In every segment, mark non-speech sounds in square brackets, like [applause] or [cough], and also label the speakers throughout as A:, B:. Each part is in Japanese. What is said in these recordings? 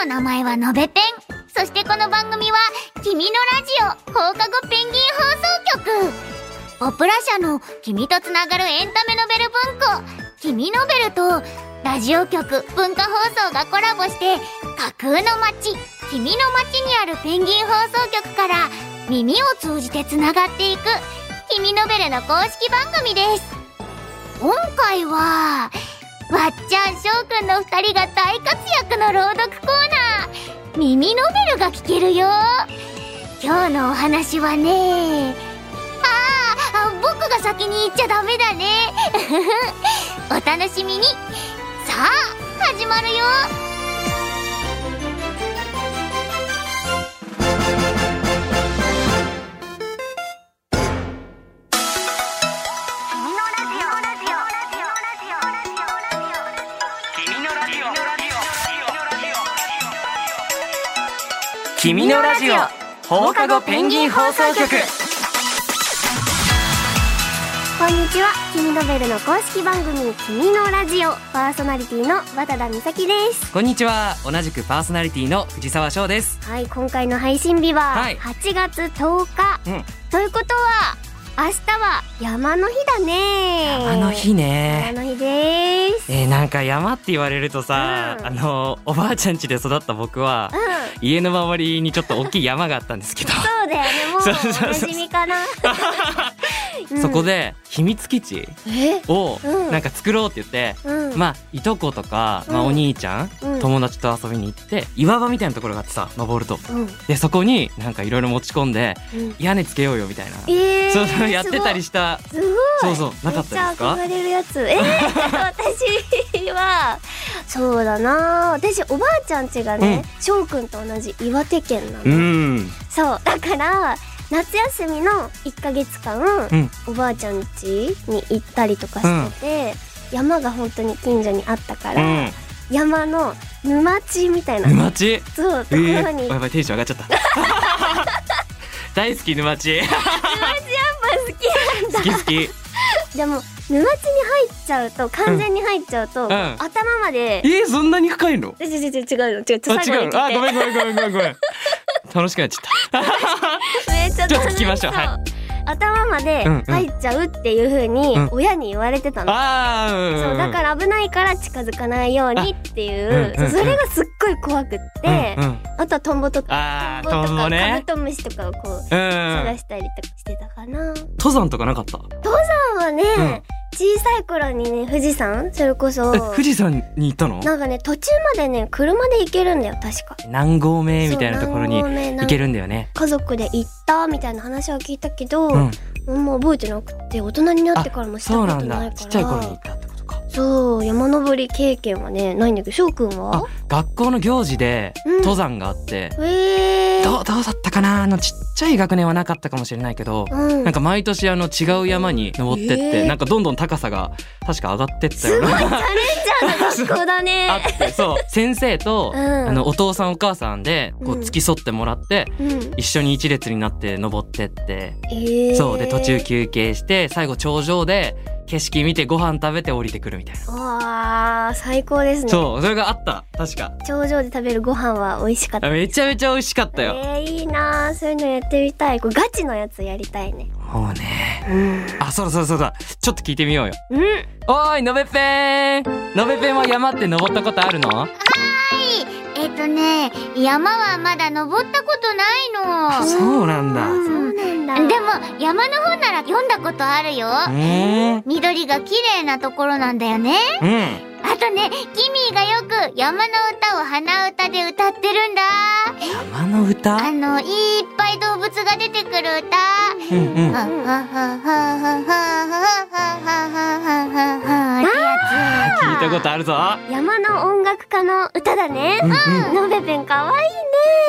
A: の名前はのべペンそしてこの番組は「君のラジオ放課後ペンギン放送局」ポプラ社の「君とつながるエンタメノベル文庫」「君ノベル」とラジオ局文化放送がコラボして架空の街「君の街にあるペンギン放送局から耳を通じてつながっていく「君ノベル」の公式番組です今回はわっちゃんしょうくんの2人が大活躍の朗読コーナー「耳ノベル」が聞けるよ今日のお話はねあーあ僕が先に言っちゃダメだね [laughs] お楽しみにさあ始まるよ
B: 君のラジオ放課後ペンギン放送局
C: こんにちは君ノベルの公式番組君のラジオパーソナリティの渡田美咲です
B: こんにちは同じくパーソナリティの藤沢翔です
C: はい今回の配信日は
B: はい
C: 8月10日、
B: うん
C: ということは明日は山の日だね
B: あの日
C: 山
B: ね
C: の日です
B: えー、なんか山って言われるとさ、
C: うん
B: あのおばあちゃん家で育った僕は
C: うん
B: 家の周りにちょっと大きい山があったんですけど
C: そうだよねもう
B: そうそうそう
C: おなじみかなうん
B: [laughs] そこで秘密基地
C: え
B: を
C: うん
B: なんか作ろうって言って、
C: うん
B: まあいとことか、まあ、
C: うん
B: お兄ちゃん、
C: うん
B: 友達と遊びに行って岩場みたいなところがあってさ登ると
C: うん
B: でそこになんかいろいろ持ち込んで
C: うん
B: 屋根つけようよみたいな、
C: えー、
B: そうそうやってたり
C: す
B: した
C: ごいすごい
B: そうそうなかったですか
C: めっちゃ憧れるやつえー、私はそうだな私おばあちゃん家がね翔くんと同じ岩手県なの、
B: うん
C: そうだから夏休みの1ヶ月間、
B: うん
C: おばあちゃん家に行ったりとかしてて、山が本当に近所にあったか
B: う
C: ら、
B: ん
C: 山の沼地みたいな
B: 沼地
C: そうと
B: え
C: ころ
B: え
C: に、沼地
B: や
C: やっ
B: ばいテンション上がっちゃった大好き沼地
C: ぱ好き [laughs] な
B: 好
C: んだ
B: き好き
C: でも沼地に入っちゃうと完全に入っちゃうと、
B: んうん
C: 頭まで
B: えー、そんなに深いの
C: 違う違う違う違う違う
B: あ
C: 最後
B: 違
C: に聞いうて
B: あごめんごめんごめんごめんごめん楽しくなっちゃった
C: めっ [laughs] ちゃ
B: ちょっと聞きましょう
C: 楽し
B: は
C: そう頭まで入っちゃうっていう風に
B: うん
C: 親に言われてたの、
B: あーうん
C: そうだ
B: ら
C: から危ないから近づかないようにってい
B: あうんうん
C: う
B: うん
C: そうそれがすっごい怖くって、
B: うんうん、
C: あとはトンボとか
B: あー
C: トンボ
B: ト
C: とか
B: ンボ
C: カブ
B: ね
C: トムシとかをこう
B: うん
C: 探したりとかしてたかな、今
B: 登山とかなかった
C: 日はね、
B: うん
C: 小さい頃にね富士山それこそ
B: え富士山に行ったの
C: なんかね途中までね車で行けるんだよ確か
B: 何合目みたいなところに
C: そう何合目なん
B: 行けるんだよね
C: 家族で行ったみたいな話は聞いたけど、
B: うん
C: もう覚えてなくて大人になってからもした
B: そう
C: こと
B: な
C: ないから
B: んだちっちゃい頃に行ったってことか
C: そう山登り経験はねないんだけど翔くん
B: あ
C: は
B: 学校の行事で
C: うん
B: 登山があって、
C: えー、
B: どうどうだったかなあのちっちゃい学年はなかったかもしれないけど、
C: うん
B: なんか毎年あの違う山に登ってって、
C: えー
B: なんかどんどん高さが確か上がってった
C: す
B: よ
C: ごいチャレン
B: な
C: ジャーな学校だ
B: [laughs] あ
C: ね
B: ってそう先生と、
C: うん
B: あのお父さんお母さんでこ
C: う
B: うん付き添ってもらって、
C: うん
B: 一緒に一列になって登ってって、
C: えー、
B: そうで途中休憩して最後頂上で景色見てご飯食べて降りてくるみたいな、
C: わあ最高ですね
B: そうそれがあった確か
C: 頂上で食べるご飯は美味しかった
B: あめちゃめちゃ美味しかった
C: え
B: よ、
C: ー、いいなーそういうのやってみたいこれガチのやつやりたいね
B: もうね
C: うん、
B: あそうだそうだそうだちょっと聞いてみようよ
C: うん、
B: おーいのべぺーんのべぺんは山って登ったことあるの
A: えっ、とね山はまだ登ったことないの
B: そうなんだう
C: そうなんだ
A: でも山の本なら読んだことあるよ
B: ーん
A: 緑が綺麗なところなんだよね
B: うん
A: あとねキミーがよく山の歌を鼻歌で歌ってるんだ
B: 山の歌
A: あのいっぱい動物が出てくる歌
B: うんうん
A: はははははははははってや
B: 聞いたことあるぞ
C: 山の音楽家の歌だね
B: う、んうん
C: のべぺんかわい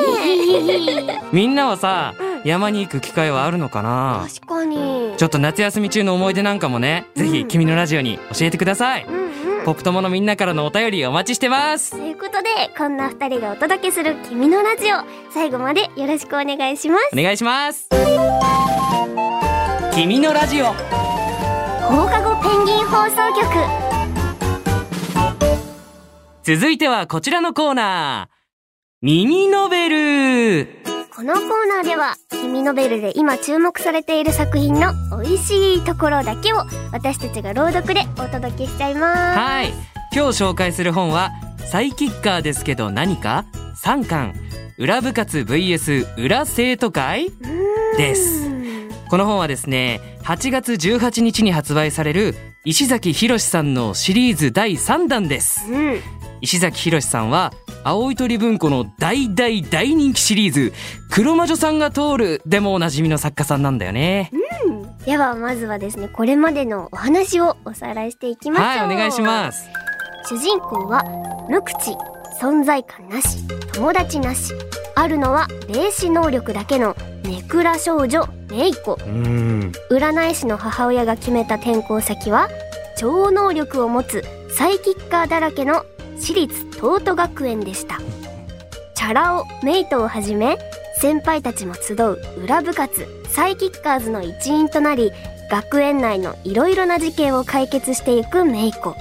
C: いね
B: みんなはさ山に行く機会はあるのかな
C: 確かに
B: ちょっと夏休み中の思い出なんかもねぜひ君のラジオに教えてください
C: うんうん
B: ポップ友のみんなからのお便りお待ちしてます
C: ということでこんな二人がお届けする「君のラジオ」最後までよろしくお願いします
B: お願いします君のラジオ
C: 放課後ペンギン放送局
B: 続いてはこちらのコーナー耳ノベル
C: このコーナーでは「君ノベル」で今注目されている作品の美味しいところだけを私たちが朗読でお届けしちゃいます
B: はい今日紹介する本はサイキッカーですけど何か3巻裏部活 VS 裏生徒会
C: うーん
B: ですこの本はですね8月18日に発売される石崎博さんのシリーズ第3弾です
C: うん
B: 石崎博さんは青い鳥文庫の大大大人気シリーズ「黒魔女さんが通る」でもおなじみの作家さんなんだよね
C: ではまずはですねこれまでのお話をおさらいしていきましょう
B: はいお願いします
C: 主人公は無口存在感なし友達なしあるのは霊視能力だけのネクラ少女メイコ
B: うん
C: 占い師の母親が決めた転校先は超能力を持つサイキッカーだらけの私立東都学園でしたチャラ男メイトをはじめ先輩たちも集う裏部活サイキッカーズの一員となり学園内のいろいろな事件を解決していくメイコ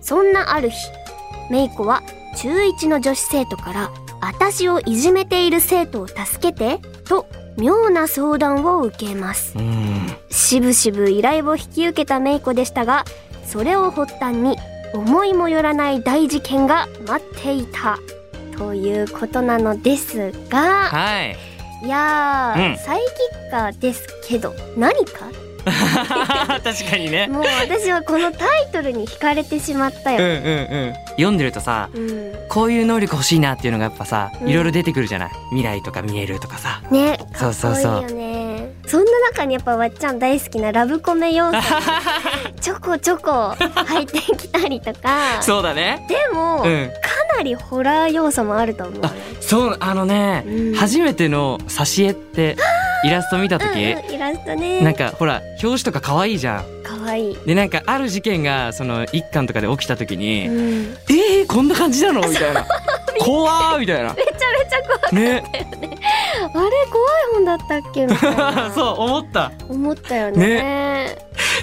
C: そんなある日メイコは中1の女子生徒から「私をいじめている生徒を助けて」と妙な相談を受けます
B: うん
C: しぶしぶ依頼を引き受けたメイコでしたがそれを発端に思いもよらない大事件が待っていたということなのですが
B: はい
C: いやー、
B: うん
C: サイキッカーですけど何か
B: [laughs] 確かにね
C: もう私はこのタイトルに惹かれてしまった
B: うんう
C: よ。
B: んうん読んでるとさ
C: うん
B: こういう能力欲しいなっていうのがやっぱさ
C: うん
B: いろいろ出てくるじゃない未来とか見えるとかさ
C: ね、か
B: そう
C: っ
B: そう
C: こいい
B: そう
C: よねそんな中にやっぱわっちゃん大好きなラブコメ要素 [laughs] ちょこちょこ入ってきたりとか
B: [laughs] そうだね
C: でも、
B: うん
C: かなりホラー要素もあると思うよ。
B: そうあのね
C: うん
B: 初めての挿絵ってイラスト見た
C: うん
B: 時
C: うんイラストね。
B: なんかほら表紙とか可愛いじゃん
C: 可愛い
B: でなんかある事件がその一巻とかで起きた時に「
C: うん
B: えー、こんな感じなの?」みたいな「怖ー」みたいな
C: めちゃめちゃ怖い。
B: ね
C: あ
B: [laughs]
C: れ怖い本だったっけみたいな。
B: [laughs] そう思った、
C: う。思ったよね。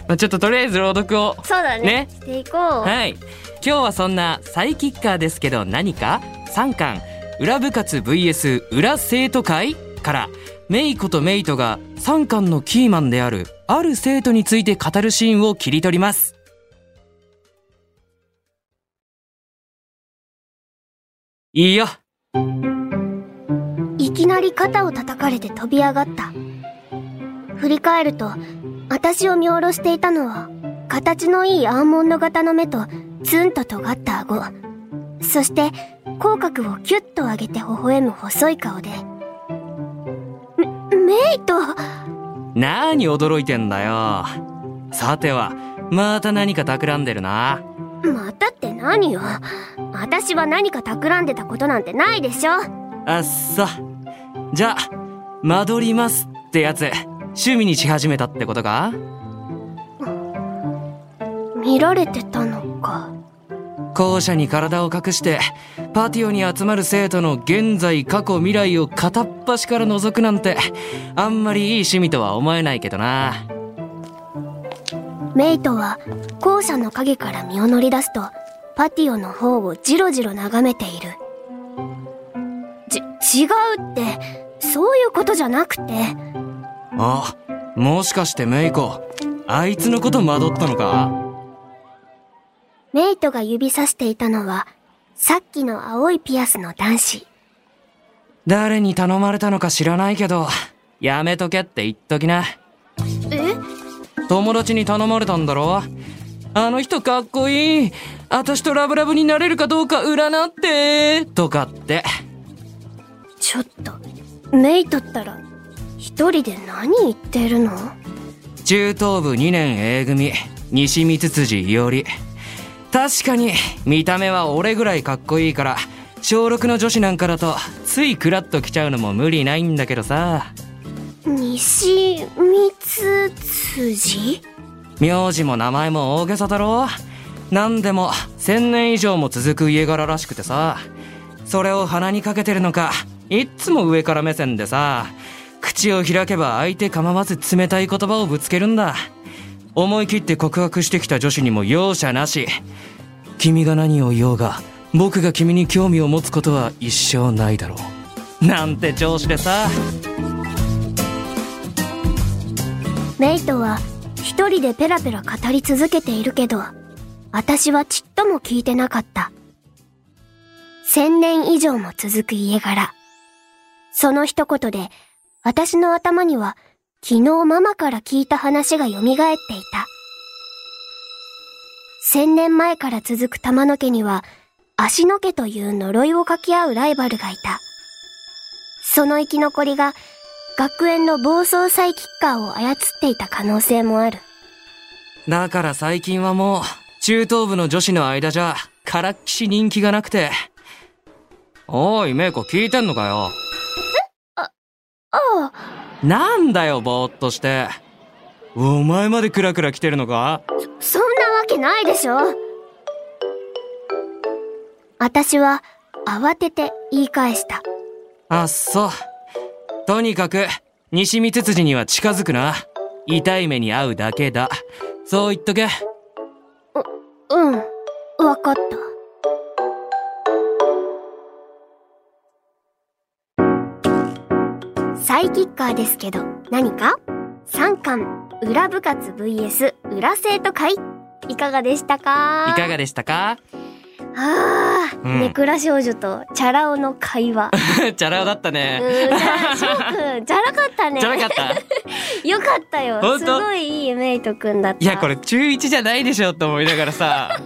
B: まあ、ちょっととりあえず朗読を
C: そうだね。
B: ね
C: していこう。
B: はい今日はそんなサイキッカーですけど何か3巻裏部活 VS 裏生徒会からメイコとメイトが3巻のキーマンであるある生徒について語るシーンを切り取りますいいよ
C: いきなり肩を叩かれて飛び上がった。振り返ると、私を見下ろしていたのは、形のいいアーモンド型の目と、ツンと尖った顎。そして、口角をキュッと上げて微笑む細い顔で。メ、メイト
B: なーに驚いてんだよさてはまた何か企んでるな
C: またって何よ私は何か企んでたことなんてないでしょ
B: あっさじゃあ間取りますってやつ趣味にし始めたってことか
C: 見られてたのか。
B: 校舎に体を隠してパティオに集まる生徒の現在過去未来を片っ端から覗くなんてあんまりいい趣味とは思えないけどな
C: メイトは校舎の影から身を乗り出すとパティオの方をじろじろ眺めているち違うってそういうことじゃなくて
B: あもしかしてメイコあいつのこと惑ったのか
C: メイトが指さしていたのはさっきの青いピアスの男子
B: 誰に頼まれたのか知らないけどやめとけって言っときな
C: え
B: 友達に頼まれたんだろあの人かっこいい私とラブラブになれるかどうか占ってとかって
C: ちょっとメイトったら一人で何言ってるの
B: 中等部2年 A 組西光辻伊織確かに見た目は俺ぐらいかっこいいから小6の女子なんかだとついクラッと来ちゃうのも無理ないんだけどさ
C: 西光辻
B: 名字も名前も大げさだろ何でも千年以上も続く家柄らしくてさそれを鼻にかけてるのかいっつも上から目線でさ口を開けば相手構わず冷たい言葉をぶつけるんだ思い切って告白してきた女子にも容赦なし君が何を言おうが僕が君に興味を持つことは一生ないだろうなんて調子でさ
C: メイトは一人でペラペラ語り続けているけど、私はちっとも聞いてなかった。千年以上も続く家柄。その一言で、私の頭には昨日ママから聞いた話が蘇っていた。千年前から続く玉の家には、足の家という呪いをかけ合うライバルがいた。その生き残りが、学園の暴走サイキッカーを操っていた可能性もある。
B: だから最近はもう中等部の女子の間じゃからっきし人気がなくておいメイコ聞いてんのかよ
C: ああ、
B: なんだよぼーっとしてお前までクラクラ来てるのか
C: そんなわけないでしょ私は慌てて言い返した。
B: あっそうとにかく西光辻には近づくな痛い目に遭うだけだそう言っとけ
C: うん、わかった。サイキッカーですけど、何か ?3 巻、裏部活 VS 裏生徒会。いかがでしたか
B: いかがでしたか [laughs]
C: ああ、
B: うん
C: ネクラ少女とチャラ男の会
B: [laughs]
C: 話。
B: チャラ男だった
C: う
B: ね
C: ーん、じゃあ、翔くん、じゃらかったね。
B: じゃなかった
C: よかったよ
B: ほ。ん
C: す
B: と
C: ごいいいメイトくんだった。
B: いやこれ中1じゃないでしょって思いながらさ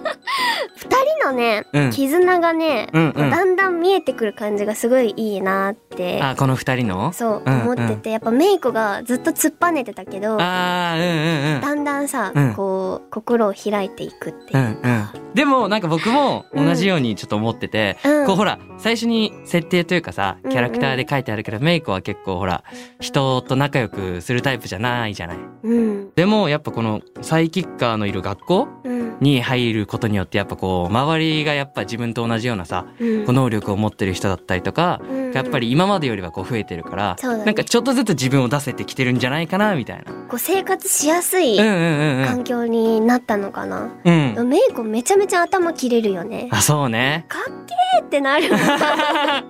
C: 二人のね、
B: うん
C: 絆がね、
B: うんうん
C: だんだん見えてくる感じがすごいいいなって。
B: あこの二人の
C: そう、
B: うん
C: 思ってて、やっぱメイコがずっと突っぱねてたけど、だ
B: ああうんうんうん
C: んだんさ、
B: うん
C: こう、心を開いていくっていうう。
B: んうん、でもなんか僕も同じようにちょっと思ってて、
C: うん
B: こうほら最初に設定というかさ
C: う
B: キ
C: ん
B: ャラクターで書いてあるけど、メイコは結構ほら人と仲良くするタイプじゃないじゃない
C: うん。
B: でもやっぱこのサイキッカーのいる学校
C: うん。
B: に入ることによってやっぱこう周りがやっぱ自分と同じようなさ
C: うん
B: こう能力を持ってる人だったりとか
C: うん
B: やっぱり今までよりはこう増えてるから、
C: そうだね
B: なんかちょっとずつ自分を出せてきてるんじゃないかなみたいな。
C: こう生活しやすい
B: うんうんうんうん
C: 環境になったのかな、
B: うん。
C: メイコめちゃめちゃ頭切れるよね。
B: あそうね。
C: かっけーって
B: [laughs]
C: なる。メイコさんかっ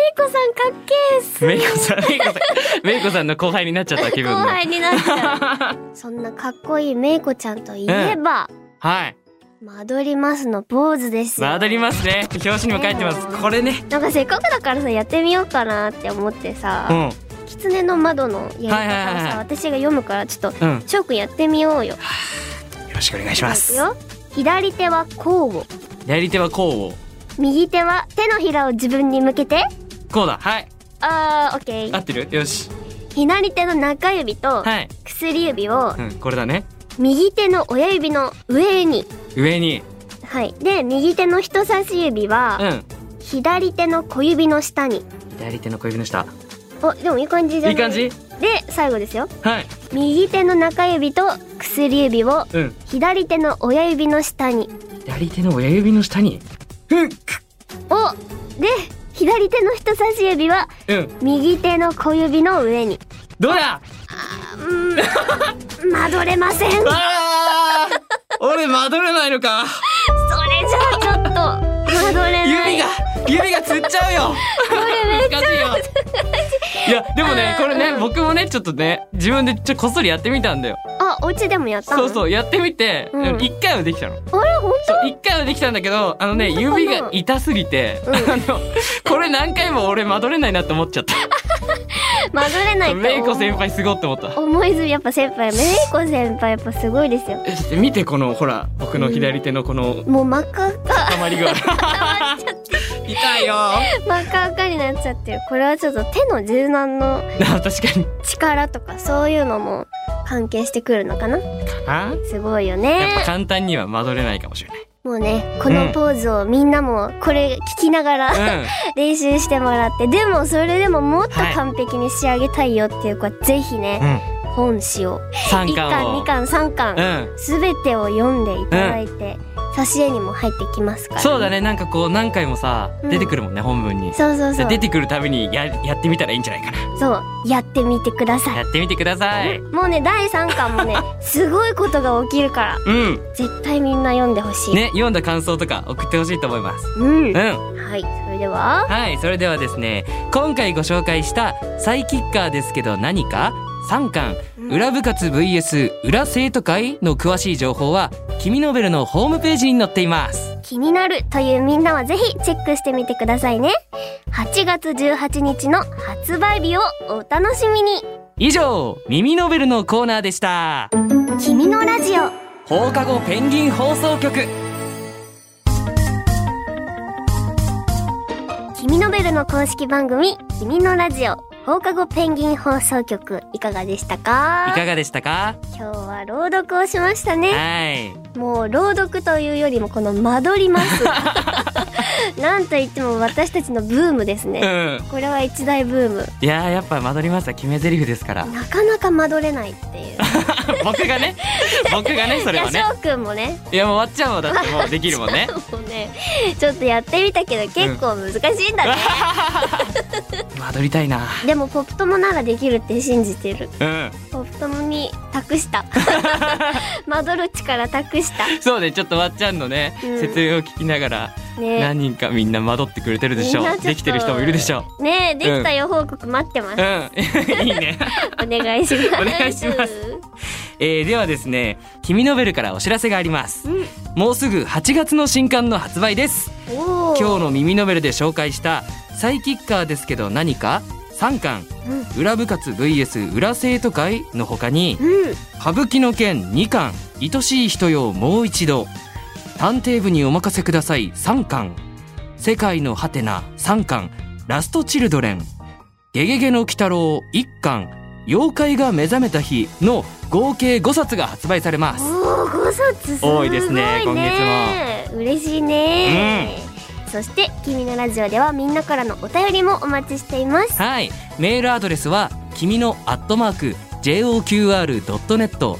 C: けーっす。
B: メイコさん、メイコさん、メイコさんの後輩になっちゃった気
C: 後
B: 分が。
C: 輩になっちゃう。そんなかっこいいメイコちゃんといえば、
B: はい。
C: マドリマスの坊主ですよ。
B: まだりますね。表紙にも書いてます。これね。
C: なんかせっかくだからさやってみようかなって思って
B: う
C: さ
B: ん。
C: 「狐の窓」のやり方を
B: はいはいはいはい
C: さ私が読むからちょっと
B: うん。よ
C: 翔くんやってみようよ。
B: ろしくお願いしま
C: いく
B: す。
C: よ左手はこうを
B: 左手はこうを。
C: 右手は手のひらを自分に向けて
B: こうだ。はい。
C: あーオッケ
B: 合
C: ー
B: ってるよし。
C: 左手の中指と
B: はい。
C: 薬指を
B: うん。これだね。
C: 右手の親指の上に
B: 上に。
C: はいで右手の人差し指
B: う
C: は
B: ん。
C: 左手の小指の下に
B: 左手の小指の下。
C: おでもいい感じじゃない
B: いい感じ
C: で最後ですよ
B: はい。
C: 右手の中指と薬指を
B: うん。
C: 左手の親指の下に
B: 左手の親指の下に。うん。
C: をで左手の人差し指は
B: うん。
C: 右手の小指の上に
B: どうだ [laughs]
C: まどれませんそれじ
B: あー [laughs] 俺、まどれないの
C: ゃ
B: か。
C: あちょっとまどれない
B: 指が、指がつっちゃうよ。難しいよ。いや、でもね、これね、僕もね、ちょっとね、自分でちょこっそりやってみたんだよ。
C: あお家でもやったの
B: そうそう、やってみて
C: うん、
B: 一、回はできたの。
C: あれ本
B: そう、一回はできたんだけど、あのね、
C: 本当かな
B: 指が痛すぎて、
C: うん
B: あの、これ何回も俺まどれないなって思っちゃっ
C: 当まどれない
B: た。
C: と
B: メイコ先輩すごって思った。
C: 思いずやっぱ先輩メイコ先輩やっぱすごいですよ
B: え見て、この、ほら、僕の左手のこの、
C: もう真っ赤っ
B: [laughs]
C: か
B: たまり具合。痛いよ。 [laughs] あ
C: 真っ赤っかになっちゃってるこれはちょっと手の柔軟の
B: 確かに。
C: 力とかそういうのも関係してくるのかな
B: あ
C: すごいよね
B: やっぱ簡単にはまどれないかもしれない。
C: もうねこの
B: うん
C: ポーズをみんなもこれ聞きながら、
B: うん。
C: [laughs] 練習してもらってでもそれでももっと
B: はい
C: 完璧に仕上げたいよっていう子はぜひね、
B: うん。
C: 本誌を
B: 三
C: 1
B: 巻
C: 巻
B: を。
C: 2巻3
B: う
C: 巻
B: ん。
C: すべてを読んでいただいて、挿絵にも入ってきますから
B: そうだねなんかこう何回もさ
C: うん
B: 出てくるもんね、本文に
C: そうそうそう
B: 出てくるたびにややってみたらいいんじゃないかな
C: そうやってみてください
B: やってみてください
C: もうね第3巻も
B: [laughs]
C: ねすごいことが起きるから
B: うん
C: 絶対みんな読んでほしい、
B: ね読んだ感想とか送ってほしいと思います
C: うん
B: う
C: は
B: ん
C: いそれでは
B: はいそれではですね今回ご紹介した「サイキッカーですけど何か?」3巻裏部活 VS 裏生徒会の詳しい情報は「君ノベル」のホームページに載っています
C: 気になるというみんなはぜひチェックしてみてくださいね8月18日の発売日をお楽しみに
B: 以上「耳ノベル」のコーナーでした
C: 君のラジオ
B: 放課後ペンギン放送局
C: 君のベルの公式番組君のラジオ放課後ペンギン放送局いかがでした
B: い
C: か
B: かがでしたか
C: 今日は朗読をしましたね
B: はい
C: もう朗読というよりもこの間取ります
B: [laughs]
C: なんといっても私たちのブームです
B: う
C: ね
B: ん
C: これは一大ブーム
B: いやーやっぱ間取りますは決め台詞ですから
C: なかなか間取れないっていう
B: [laughs] 僕がね僕が [laughs] ねそ
C: い
B: れ
C: や
B: はね
C: 翔くんもね [laughs]
B: いやもうわっちゃんもだってもうできるもん [laughs] ね
C: もうねちょっとやってみたけど結構難しいんだね、
B: 間取りたいな
C: でもポップ友ならできるって信じてる
B: うん
C: ポップ友に託した
B: [laughs]
C: 間取る力託した
B: そうねちょっとわっちゃんのね、
C: うん
B: 説明を聞きながら
C: ね
B: 何人かみんな惑ってくれてるでしょ
C: みんなちょっと
B: できてる人もいるでしょ
C: ねえできた予報告待ってます、
B: うん [laughs] いいね、
C: お願いします
B: [laughs] お願いしますえーではですね「君ノベル」からお知らせがあります
C: うん
B: もうすぐ8月の新刊の発売です
C: おー
B: 今日の「耳ノベル」で紹介した「サイキッカーですけど何か?」3巻「裏部活 VS 裏生徒会」の他に
C: うんうん
B: 「歌舞伎の剣」2巻「愛しい人よもう一度」「探偵部にお任せください」3巻「世界の果てな」3巻「ラストチルドレン」「ゲゲゲの鬼太郎」1巻「妖怪が目覚めた日」の合計5冊が発売されます
C: おお5冊すごいね
B: 多いですね今月
C: も嬉しいね、そして「君のラジオ」ではみんなからのお便りもお待ちしています
B: はい、メールアドレスは君のアットマーク joqr.net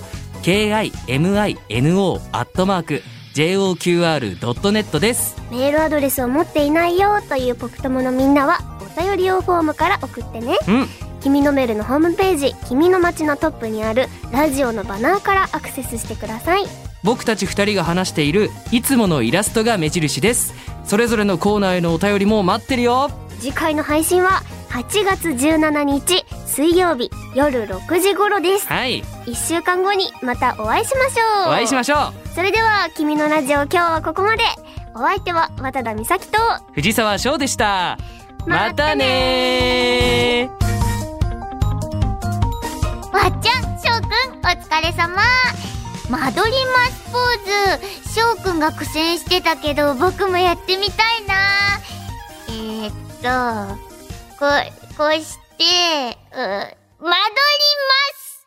B: kimino アットマーク joqr.net です
C: メールアドレスを持っていないよというポクトモのみんなはお便り用フォームから送ってね
B: うん
C: 君のメールのホームページ「君の街」のトップにあるラジオのバナーからアクセスしてください
B: 僕たち二人が話しているいつものイラストが目印ですそれぞれのコーナーへのお便りも待ってるよ
C: 次回の配信は8月17日水曜日夜6時頃です
B: はい
C: 1週間後にまたお会いしましょ
B: お
C: う
B: 会いしましょう
C: それでは「君のラジオ」今日はここまでお相手は渡田美咲と
B: 藤沢翔でした
C: ま
B: ま
C: た
B: たね
A: わっちゃん、しょうくん、お疲れ様。間取りますポーズ。しょうくんが苦戦してたけど、僕もやってみたいな。えー、っと、こ、こうして、う、間取ります。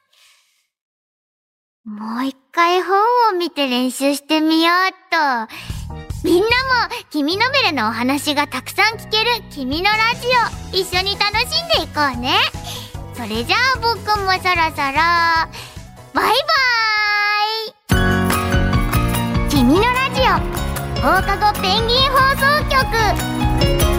A: もう一回本を見て練習してみようっと。みんなも、君のベルのお話がたくさん聞ける君のラジオ、一緒に楽しんでいこうね。それじゃあ僕もそろそろバイバーイ君のラジオ放課後ペンギン放送局